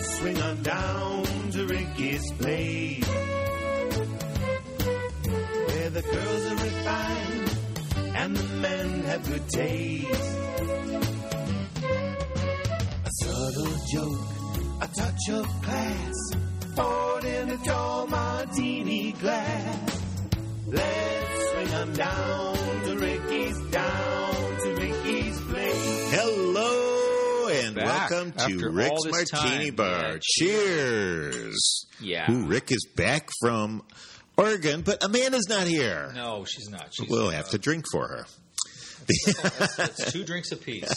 swing on down to Ricky's place. Where the girls are refined and the men have good taste. A subtle joke, a touch of class, poured in a tall martini glass. Let's swing 'em down to Ricky's, down to Ricky's place. Hello and Back welcome after to all Rick's this Martini time. Bar. Yeah, Cheers. Yeah. Ooh, Rick is back from Oregon, but Amanda's not here. No, she's not. She's, we'll uh, have to drink for her. that's- that's two drinks apiece.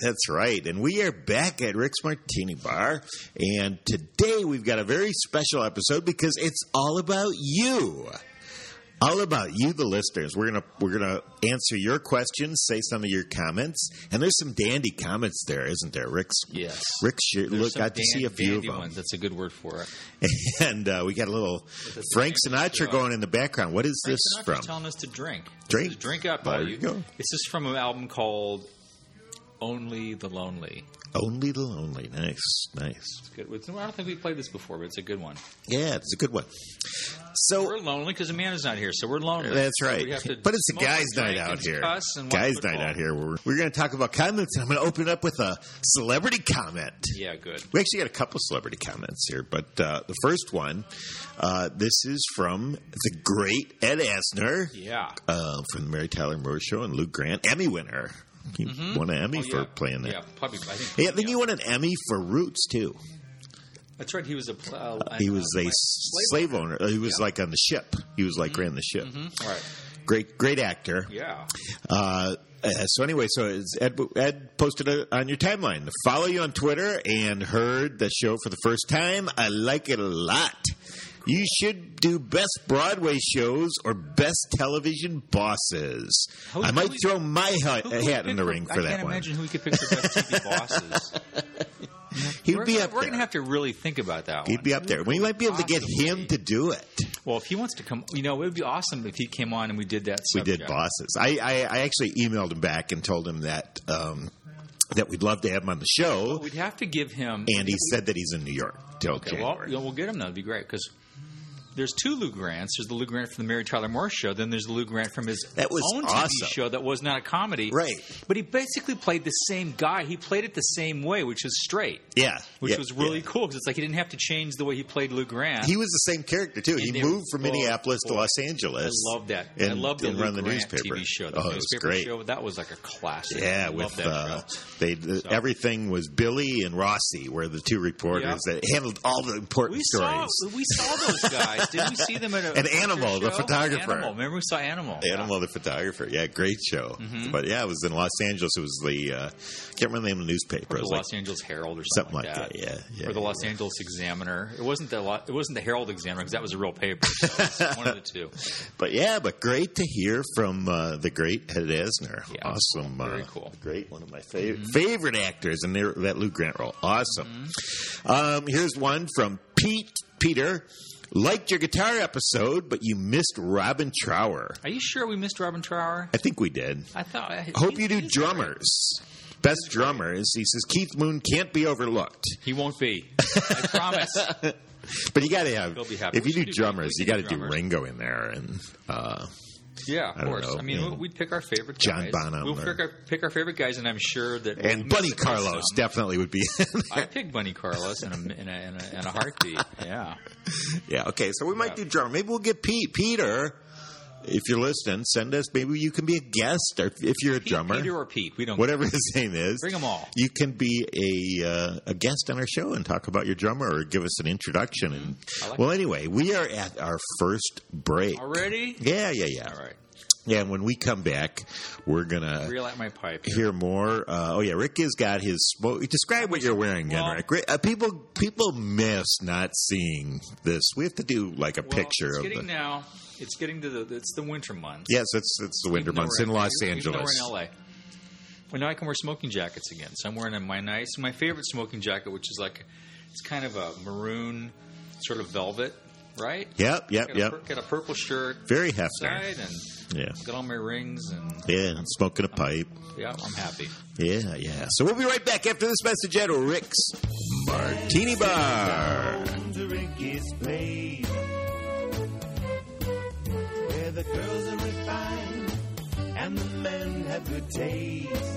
That's right. And we are back at Rick's Martini Bar. And today we've got a very special episode because it's all about you. All about you, the listeners. We're gonna we're gonna answer your questions, say some of your comments, and there's some dandy comments there, isn't there? Rick's Yes. Rick's shirt. There's Look, some got to see a dan- few of dandy them, Ones. That's a good word for it. and uh, we got a little Frank Sinatra going in the background. What is this Frank Sinatra's from? telling us to drink. This Drink. is drink up, There all you go. This is from an album called Only the Lonely. Only the lonely. Nice, nice. It's good. It's- I don't think we played this before, but it's a good one. Yeah, it's a good one. So We're lonely because Amanda's not here, so we're lonely. That's So right. we have to But it's a smoke guy's and night drink out and here. cuss and watch Guy's night football. out here. We're, we're going to talk about comments, and I'm going to open up with a celebrity comment. Yeah, good. We actually got a couple celebrity comments here, but uh, the first one, uh, this is from the great Ed Asner Yeah. uh, from the Mary Tyler Moore Show and Lou Grant, Emmy winner. He won an Emmy Oh, for yeah. playing that. Yeah, probably. I think. Yeah, then you won an Emmy for Roots too. That's right. He was a. Pl- uh, He uh, was a like- slave owner. He was like on the ship. He was Mm-hmm. like ran the ship. All right. Great, great actor. Yeah. Uh, uh, so anyway, so it's Ed, Ed posted it on your timeline. Follow you on Twitter and heard the show for the first time. I like it a lot. You should do best Broadway shows or best television bosses. Who- I might who- throw my ha- Who could we hat in pick the ring for I that can't one. imagine who we could pick for best TV bosses. He'd we're be up we're there. gonna have to really think about that He'd one. be up there. We might be able to get him to do it. well, if he wants to come, you know, it would be awesome if he came on and we did that. we did subject. bosses. I, I, I actually emailed him back and told him that um, that we'd love to have him on the show. We'd have to give him. and he said that he's in New York till Okay, well, January. you know, we'll get him. That'd be great because. There's two Lou Grants. There's the Lou Grant from the Mary Tyler Moore Show. Then there's the Lou Grant from his That was own awesome. TV show that was not a comedy. Right. But he basically played the same guy. He played it the same way, which was straight, yeah, which yeah, was really yeah. cool because it's like he didn't have to change the way he played Lou Grant. He was the same character too. He And they moved from were- Minneapolis to boy, Los Angeles. I love that. I And- love the and Lou run the Grant newspaper. TV show. The Oh, it was newspaper great. show that was like a classic. Yeah, I love with that uh, show. they everything was Billy and Rossi were the two reporters that handled all the important We saw stories. we saw those guys. Did we see them at a And Animal, the show? photographer. Animal. Remember we saw Animal. Animal the photographer, yeah, great show. Mm-hmm. But yeah, it was in Los Angeles. It was the uh, can't remember the name of the newspaper. Or It the was Los Angeles Herald or something something, like that. Yeah, yeah, or the yeah. Los Angeles Examiner. It wasn't the Lo- it wasn't the Herald Examiner because that was a real paper. So it's one of the two. But yeah, but great to hear from uh, the great Ed Asner. Yeah, awesome, very uh, cool. great, one of my fav- Mm-hmm. favorite actors in their, that Lou Grant role. Awesome. Mm-hmm. Um, here's one from Pete Peter. Liked your guitar episode, but you missed Robin Trower. Are you sure we missed Robin Trower? I think we did. I thought. I Hope you do drummers. Best drummers. He says Keith Moon can't be overlooked, He won't be. I promise. but you got to have. He'll be happy. If We you should do do- drummers, we you could got to do do drummers. Ringo in there and. Uh, Yeah, I of don't course. know, I mean, you know. we'd pick our favorite John guys. Bonham We'll or- pick our, pick our favorite guys, and I'm sure that we'll and Bunny miss some. Carlos definitely would be in I pick Bunny Carlos in a in a, in a, in a heartbeat. yeah. Yeah. Okay. So we might do drummer. Maybe we'll get Pete. Peter, if you're listening, send us. Maybe you can be a guest, or if you're a drummer, Peter or Pete, we don't. whatever his name is. Bring 'em all. You can be a uh, a guest on our show and talk about your drummer, or give us an introduction. And I like well, anyway, we are at our first break. Already? Yeah. Yeah. Yeah. All right. Yeah. And when we come back, we're gonna. Reel out my pipe. Hear more. Uh, oh yeah, Rick has got his smoke. Describe what you're wearing, again, Well- Rick. Rick. Uh, people people miss not seeing this. We have to do like a Well, picture It's of getting the, now. It's getting to the. It's the winter months. Yes, it's it's the winter Even though months we're in Los even though Angeles. We're in LA. Well, now I can wear smoking jackets again. So I'm wearing my nice, my favorite smoking jacket, which is like, it's kind of a maroon, sort of velvet, right? Yep, yep, Got a, yep. pur- got a purple shirt Very hefty. side and Yeah. got all my rings and Yeah, and smoking a pipe. yeah, I'm happy. Yeah, yeah. So we'll be right back after this message at Rick's Martini Bar. down to Ricky's place, where the girls are refined and the men have good taste. Uh,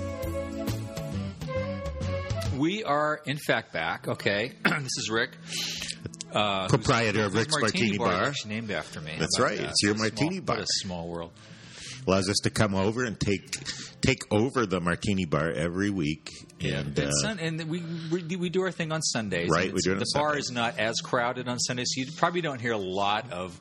We are, in fact, back. Okay, this is Rick. Uh, who's- Proprietor of whose Rick's Martini is Bar. actually named after me. How That's about right. that? It's your Small- martini bar. What a small world. Allows us to come over and take take over the Martini Bar every week. And And, uh, sun, and we, we do- we do our thing on Sundays. Right, and we do it on The bar Sunday. is not as crowded on Sundays, so you probably don't hear a lot of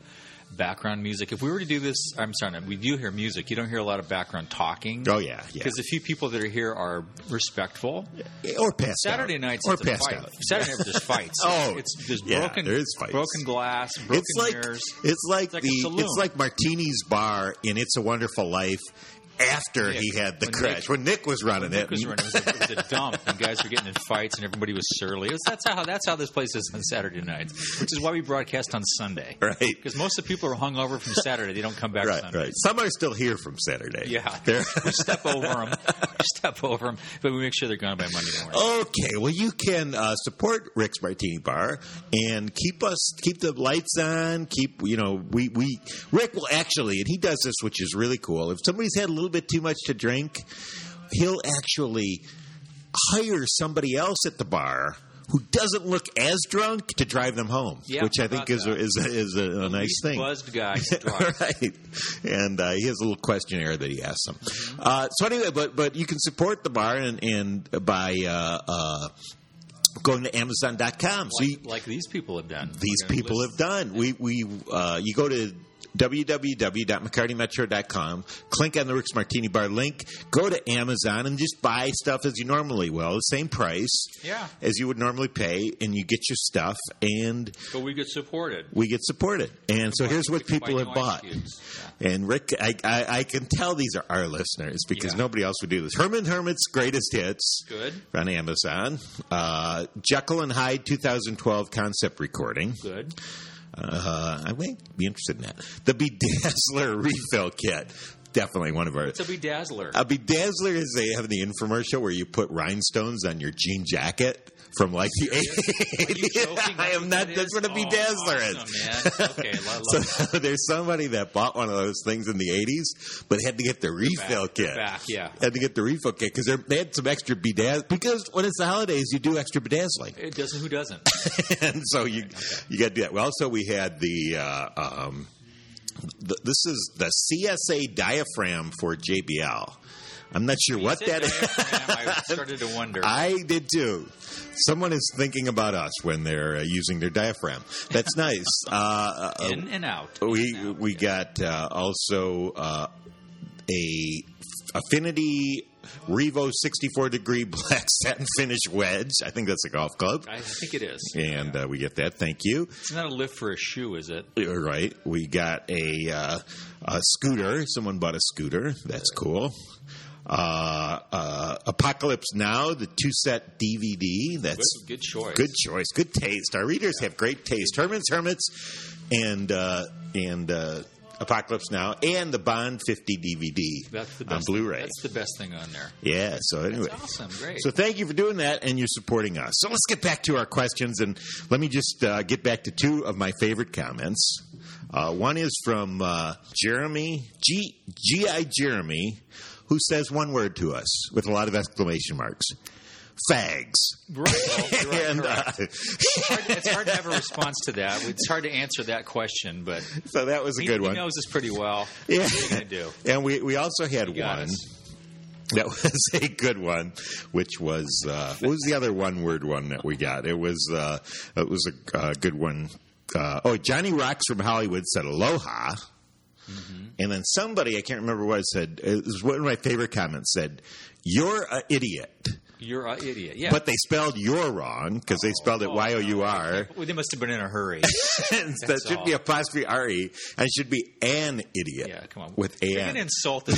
background music. If we were to do this, I'm sorry, no, we do hear music. You don't hear a lot of background talking. oh yeah, yeah. Because the few people that are here are respectful. Or passed out. Saturday nights or it's a passed fight. out. Saturday night there's fights. Oh, it's there's yeah, broken there is fights. broken glass, broken It's like mirrors. it's like It's like a the saloon. it's like Martini's bar in It's a Wonderful Life. After Nick, he had the when crash, Nick- when Nick was running it, It was, running. It was a, it was a dump, and guys were getting in fights, and everybody was surly. It was- that's how that's how this place is on Saturday nights, which is why we broadcast on Sunday. right? Because most of the people are hungover from Saturday; they don't come back Right, Sunday. right. Some are still here from Saturday. Yeah, They're- we step over them, step over them, but we make sure they're gone by Monday Oh, morning. okay. Well, you can uh, support Rick's Martini Bar and keep us keep the lights on. Keep you know we we Rick will actually and he does this, which is really cool. If somebody's had a little bit too much to drink, he'll actually hire somebody else at the bar. Who doesn't look as drunk to drive them home? Yeah, which I about think is a, that. is a, is a, a nice Least thing. Buzzed guys drive. right. And uh, he has a little questionnaire that he asks them. Mm-hmm. Uh, so anyway, but but you can support the bar and and by uh, uh, going to Amazon.com. So you, like, like these people have done. these We're gonna people list- have done. We we uh, you go to www.mccartymetro.com, click on the Rick's Martini Bar link, go to Amazon and just buy stuff as you normally will, the same price Yeah. as you would normally pay, and you get your stuff, and but we get supported. we get supported. And so here's what people Buy have no bought. ice cubes. Yeah. And Rick, I, I, I can tell these are our listeners because Yeah. nobody else would do this. Herman Hermit's greatest hits Good, on Amazon, uh, Jekyll and Hyde 2012 concept recording. good. Uh, I may be interested in that. The Bedazzler refill kit, definitely one of our. It's a bedazzler. A bedazzler is they have the infomercial where you put rhinestones on your jean jacket from like the Are you joking? 80s. I am not. That That's is- what a oh, bedazzler is. awesome, man. Okay, I love So there's somebody that bought one of those things in the 80s, but had to get the refill back, kit. back, yeah. Had to get the refill kit because they had some extra bedazz. Because when it's the holidays, you do extra bedazzling, it doesn't. Who doesn't? and so you you got to do that. Well, also we had the. Uh, um, the, this is the CSA diaphragm for JBL. I'm not sure what that is. I started to wonder. I did too. Someone is thinking about us when they're uh, using their diaphragm. That's nice. Uh, uh, in and out. we we got uh, also uh, a affinity revo 64 degree black satin finish wedge i think that's a golf club I think it is. and uh, we get that thank you It's not a lift for a shoe, is it? You're right we got a, uh, a scooter someone bought a scooter that's cool uh, uh, apocalypse now the two set dvd Good, that's good choice. Good choice. Good taste. Our readers have great taste. Herman's Hermits and uh, and uh, Apocalypse Now and the Bond 50 DVD That's the on best Blu-ray. That's the best thing on there. yeah. So anyway. That's awesome. Great. So thank you for doing that, and you're supporting us. So let's get back to our questions, and let me just uh, get back to two of my favorite comments. Uh, one is from uh, Jeremy G G I Jeremy, who says one word to us with a lot of exclamation marks: fags. Right, well, you're right, And, correct. uh, Hard- it's hard to have a response to that. It's hard to answer that question, but so that was a he, good he one. knows us pretty well. Yeah. What are you gonna do? And we, we also had got one us. that was a good one, which was uh, what was the other one word one that we got? It was uh, it was a uh, good one. Uh, oh, Johnny Rocks from Hollywood said aloha. Mm-hmm. And then somebody, I can't remember what I said, it was one of my favorite comments said, You're an idiot. You're an idiot. Yeah. But they spelled you're wrong because they spelled it Y O U R. well, they must have been in a hurry. That That's should all. be apostrophe R E and it should be an idiot. Yeah, come on. With You're an. gonna insult us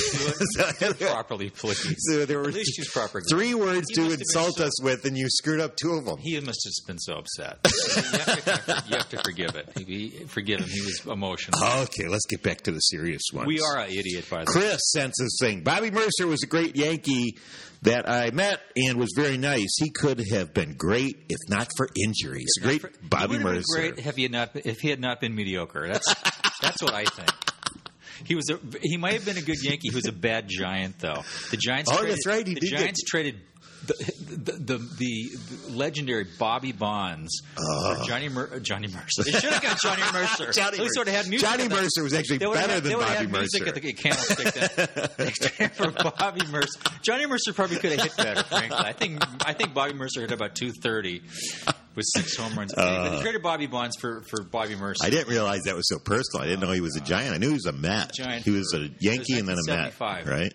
do it properly, please. So there were At least use proper. three words He to must have been insult us with, and you screwed up two of them. He must have been so upset. you, have to, you have to forgive it. He- forgive him. He was emotional. Okay, let's get back to the serious ones. we are an idiot, by the way. Chris sends this thing. Bobby Mercer was a great Yankee, that I met and was very nice. He could have been great if not for injuries. Great He Bobby would've been Mercer. Great if he had not if he had not been mediocre. That's that's what I think. He was a, he might have been a good Yankee. He was a bad Giant though. The Giants. Oh, traded, that's right, he the did get- Giants traded the the, the the legendary Bobby Bonds for Johnny Mer, Johnny Mercer. They should have got Johnny Mercer. Oh. Johnny They Mercer. sort of had music. Johnny at the- Mercer was actually they would've better had, than they would've Bobby had music Mercer. at the candlestick. Then. They traded for Bobby Mercer. Johnny Mercer probably could have hit better. Frankly, I think I think Bobby Mercer hit about two thirty with six home runs. Anyway, they traded Bobby Bonds for for Bobby Mercer. Uh, I didn't realize that was so personal. I didn't know he was a giant. I knew he was a Met. Giant he was a Yankee and then a Met, 1975. right?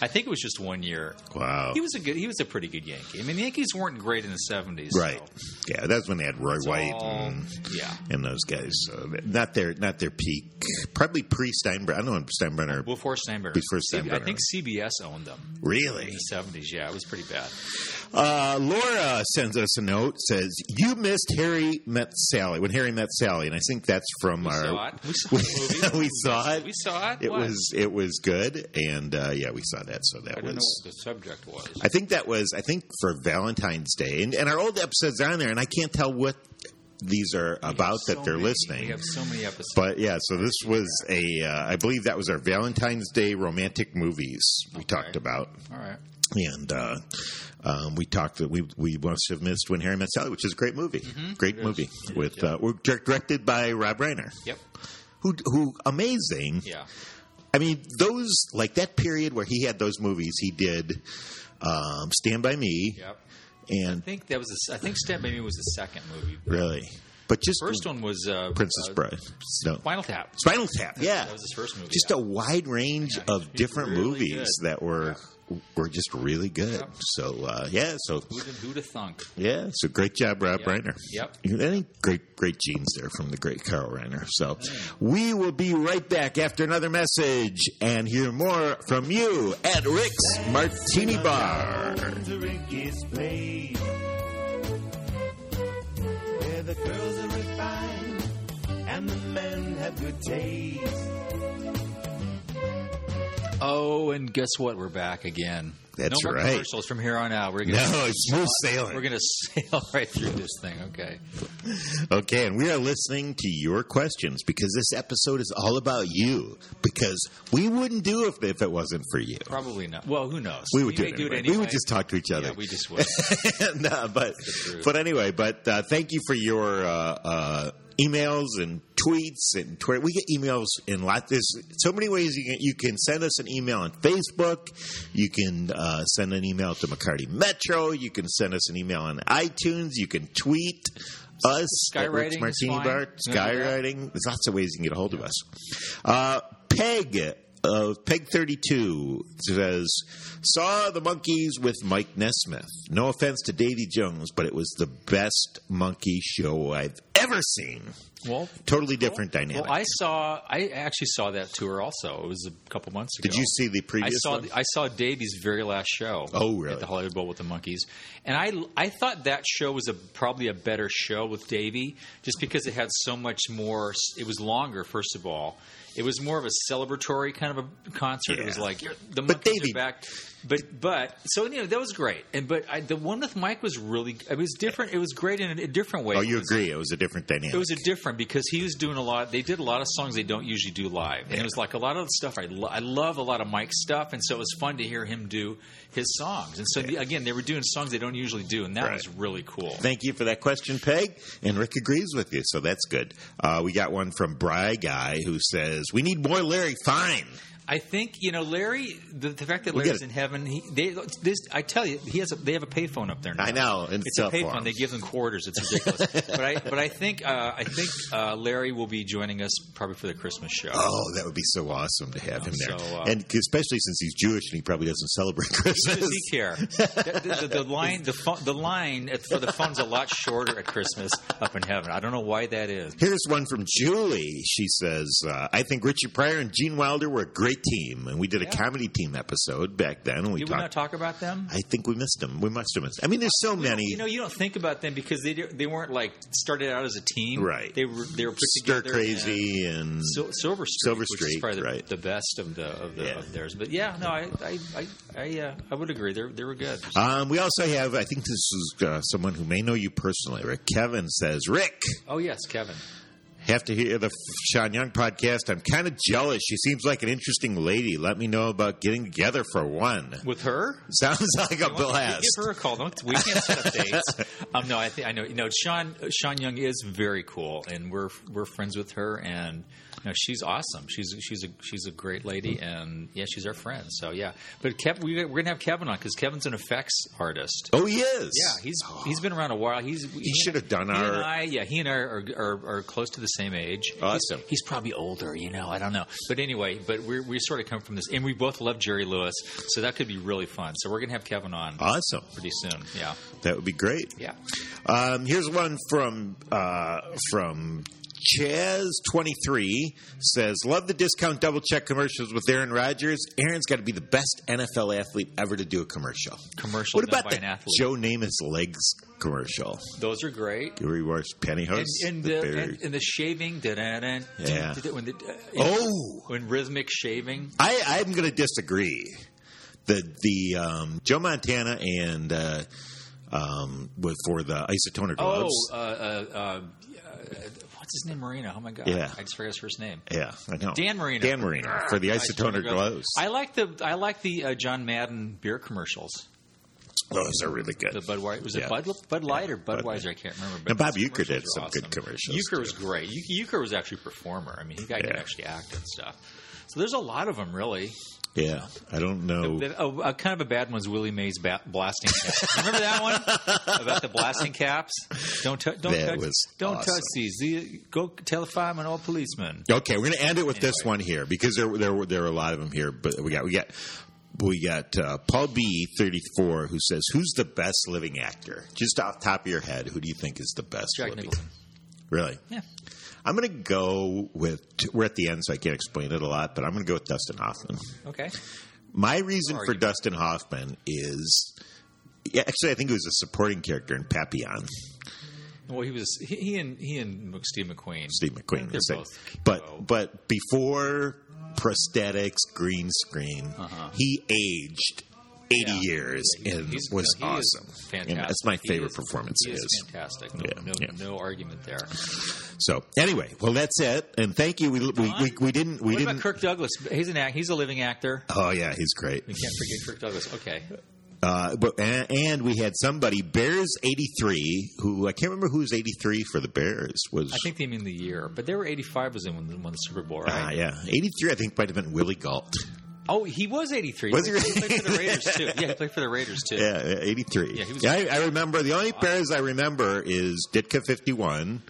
I think it was just one year. Wow. He was a good. He was a pretty good Yankee. I mean, the Yankees weren't great in the seventies, right. Yeah, that's when they had Roy White and, yeah. and those guys. So that- not their not their peak. Probably pre Steinbrenner. I don't know when Steinbrenner. Before Steinbrenner. Before I Steinbrenner. think CBS owned them in Really? the seventies. Yeah, it was pretty bad. Uh, Laura sends us a note. Says you missed Harry met Sally when Harry met Sally, and I think that's from We our. saw it. We saw the movie. we saw it. We saw it. It What? was it was good, and uh, yeah, we saw that. So I that don't know was what the subject was. I think that was I think for Valentine's Day, and, and our old episodes are on there, and I can't tell what these are about so that they're many. We listening. have so many episodes. But yeah, so this was a uh, I believe that was our Valentine's Day romantic movies we talked about, All right. and uh, um, we talked that we we must have missed When Harry Met Sally, which is a great movie, Mm-hmm. great movie with uh, we're dir- directed by Rob Reiner, Yep. who who amazing. Yeah. I mean, those like that period where he had those movies, he did um, Stand by Me Yep. and I think that was. The, s- I think Step Baby was the second movie. really, but just First one was uh, Princess uh, Bride, no Spinal Tap. Spinal Tap, yeah, That was his first movie. just yeah. a wide range Yeah, he of was different really movies good. that were were just really good. Yep. So uh, yeah, so Who'da, who'da thunk? yeah, so great job, Rob Yep. Reiner. Yep. I think great great genes there from the great Carl Reiner. So Mm. we will be right back after another message and hear more from you at Rick's Martini Bar. Down to Ricky's place, where the girls are refined and the men have good taste. Oh, and guess what? We're back again. That's no more right. commercials from here on out. We're gonna No, it's smooth sailing. we're gonna sail right through this thing. Okay. Okay, and we are listening to your questions because this episode is all about you. Because we wouldn't do it if it wasn't for you. Probably not. Well, who knows? We would do may it, anyway. We would just talk to each other. Yeah, we just would. no, but truth. but anyway, but uh, thank you for your uh, uh, emails and tweets and Twitter. We get emails in lot. There's so many ways you can you can send us an email on Facebook. You can uh, send an email to McCarty Metro. You can send us an email on iTunes. You can tweet us at Rick's Skywriting is Martini fine. Bar. Remember that. Skywriting. There's lots of ways you can get a hold of us. Uh, Peg of Peg 32 says, Saw the monkeys with Mike Nesmith. No offense to Davy Jones, but it was the best monkey show I've ever seen. well, Totally different dynamic. well, I saw. I actually saw that tour. Also, it was a couple months ago. Did you see the I previous saw one? I saw Davy's very last show. Oh, really? At the Hollywood Bowl with the Monkeys, and I I thought that show was a probably a better show with Davy, just because it had so much more. It was longer, first of all. It was more of a celebratory kind of a concert. It was Yeah. like you're, the But monkeys Davey- are back, but but so you know that was great. And but I, the one with Mike was really it was different. It was great in a, a different way. oh, It you was- agree. It was a different dynamic. it was a different because he was doing a lot. They did a lot of songs they don't usually do live, and it was like a lot of the stuff I, lo- I love a lot of Mike's stuff, and so it was fun to hear him do his songs. And so the- again, they were doing songs they don't usually do, and that Right. was really cool. Thank you for that question, Peg. And Rick agrees with you, so that's good. Uh, we got one from Bry Guy who says, We need more Larry Fine. I think you know Larry. The, the fact that We get Larry's it. in heaven, he, they this I tell you, he has a, they have a payphone up there. Now. I know. and It's a up for payphone. him. They give them quarters. It's ridiculous. but I, but I think, uh, I think uh, Larry will be joining us probably for the Christmas show. Oh, that would be so awesome to have him there, so, uh, and especially since he's Jewish and he probably doesn't celebrate Christmas. does he care? the, the- the- the line, the, phone, the line at- for the phone's a lot shorter at Christmas up in heaven. I don't know why that is. Here's one from Julie. She says, uh, "I think Richard Pryor and Gene Wilder were a great team, and we did a Yeah. comedy team episode back then. And we Did we not talked. talk about them? I think we missed them. We must have missed. I mean, there's so many. You know, you don't think about them because they they weren't like started out as a team, Right. They were they were put Stir together and- Crazy and Sil- Silver Streak, Silver which is Streak, probably the, right. the best of the of, the, Yeah. of theirs. But yeah, no, I I I I, uh, I would agree. They they were good. Um, we also have, I think this is uh, someone who may know you personally, Rick. Kevin says, Rick, Oh yes, Kevin. have to hear the Sean Young podcast. I'm kind of jealous. She seems like an interesting lady. Let me know about getting together for one. With her, Sounds like a Why don't you blast. Give her a call. Don't, we can't set up dates. Um, no, I think I know. You know, Sean Sean Young is very cool, and we're we're friends with her, and you know, she's awesome. She's she's a she's a great lady, and yeah, she's our friend. So yeah, but Kev, we, we're gonna have Kevin on because Kevin's an effects artist. Oh, he is. Yeah, he's he's been around a while. He's he should have done he our- And I, yeah, he and I are, are are close to the same age. Awesome. He's, he's probably older, you know. I don't know, but anyway, but we we sort of come from this, and we both love Jerry Lewis, so that could be really fun. So we're gonna have Kevin on Awesome. pretty soon. Yeah, That would be great. yeah. Um, here's one from uh, from Chaz23 says, "Love the discount double check commercials with Aaron Rodgers. Aaron's got to be the best NFL athlete ever to do a commercial. Commercial What done about by the an athlete. Joe Namath's legs commercial? Those are great. Where he wears pentyhose. And, and The the bear- and, and the shaving, da-da-da, Yeah. da-da-da, when the uh, oh, when rhythmic shaving. I, I'm going to disagree. The the um, Joe Montana and uh, um, with for the isotoner Oh, gloves. uh, uh, uh, uh, what's his name? Marino. Oh my god, Yeah. I just forgot his first name. yeah, I know. Dan Marino. Dan Marino for the isotoner Isotoner gloves. I like the I like the uh, John Madden beer commercials. Those are really good. The Budweiser was it Yeah. Bud Bud Light or Bud Light. Budweiser? I can't remember. Now, Bob those Uecker did commercials some were good commercials, Uecker was great. Eu- Uecker was actually a performer. I mean, he guy could Yeah. actually act and stuff. So there's a lot of them, really. yeah, I don't know. The- a, a kind of a bad one's Willie Mays ba- blasting cap. Remember that one about the blasting caps? Don't tou- don't That touch was don't awesome. touch these. The- Go tell a fireman or a policeman. Okay, we're going to end it with this one here because there there were there are a lot of them here, but we got we got we got uh, Paul B thirty four who says who's the best living actor? Just off the top of your head, who do you think is the best? Jack living? Nicholson. Really? Yeah. I'm going to go with. We're at the end, so I can't explain it a lot, but I'm going to go with Dustin Hoffman. Okay. My reason Sorry. for Dustin Hoffman is yeah, actually I think it was a supporting character in Papillon. Well, he was he, he and he and Mc- Steve McQueen. Steve McQueen. They're was it. both But Kiko. but before prosthetics, green screen, he aged eighty Uh-huh. Yeah. years Yeah, he's- and he's- was no, he is awesome. Fantastic. And that's my He favorite is- performance. He of is, his. fantastic. No, Yeah, no, yeah. no argument there. So anyway, well that's it. And thank you. We we, we, we didn't we what didn't. about Kirk Douglas? He's an act, he's a living actor. Oh yeah, he's great. We can't forget Kirk Douglas. Okay, Uh, but and, and we had somebody Bears eighty three who I can't remember who was eighty three for the Bears was I think they mean the year, but they were eighty five was in when they won the Super Bowl, Ah, right? yeah eighty three I think might have been Willie Galt Oh, he was eighty three. Was he, he played for the Raiders too? Yeah, he played for the Raiders too. yeah eighty three Yeah, he was- I, I remember the only Bears I remember is Ditka fifty one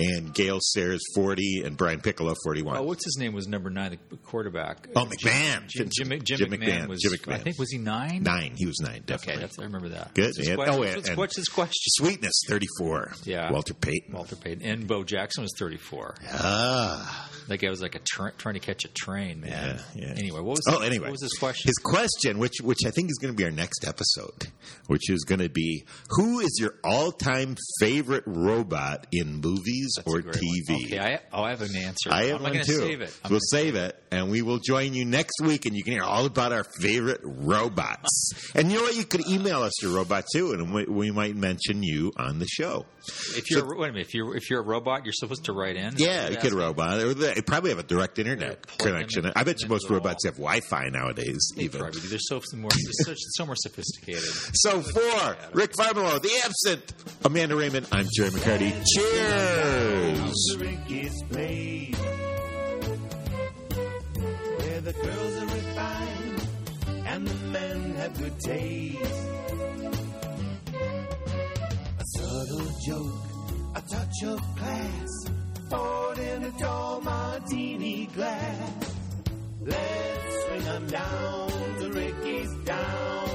and Gail Sayers forty and Brian Piccolo forty one. Oh, what's his name was number nine, the quarterback. Oh, McMahon. Jim, Jim, Jim, Jim McMahon, McMahon. was. Jim McMahon. I think was he nine? nine he was nine Okay, definitely. that's, I remember that. Good, What's his and- question? oh, and- What's- and- what's his question? Sweetness thirty four. Yeah. Walter Payton. Walter Payton and Bo Jackson was 34. Ah. That guy was like a tr- trying to catch a train, man. Yeah, yeah. Anyway, what was Oh, anyway, what was his question? His question, which which I think is going to be our next episode, which is going to be who is your all time favorite robot in movies That's or a great one. TV? Okay, I, oh, I have an answer. I have am one gonna too. Save it. I'm we'll save it, and we will join you next week, and you can hear all about our favorite robots. and you know what? You could email us your robot too, and we, we might mention you on the show. gonna- if you're wait a minute, if you're if you're a robot, you're supposed to write in. Yeah, you That's- could robot. Or they probably have a direct internet plug them connection. in- I bet you into most the wall. robots have Wi Fi nowadays. They even probably do. They're so more they're so, so more sophisticated. So for Rick Farmelo, the absent Amanda Raymond, I'm Jerry McCarty. Cheers. The Rick is played. Where the girls are refined and the men have good taste. A subtle joke, a touch of class, poured in a tall martini glass. Let's swing 'em down to Ricky's down.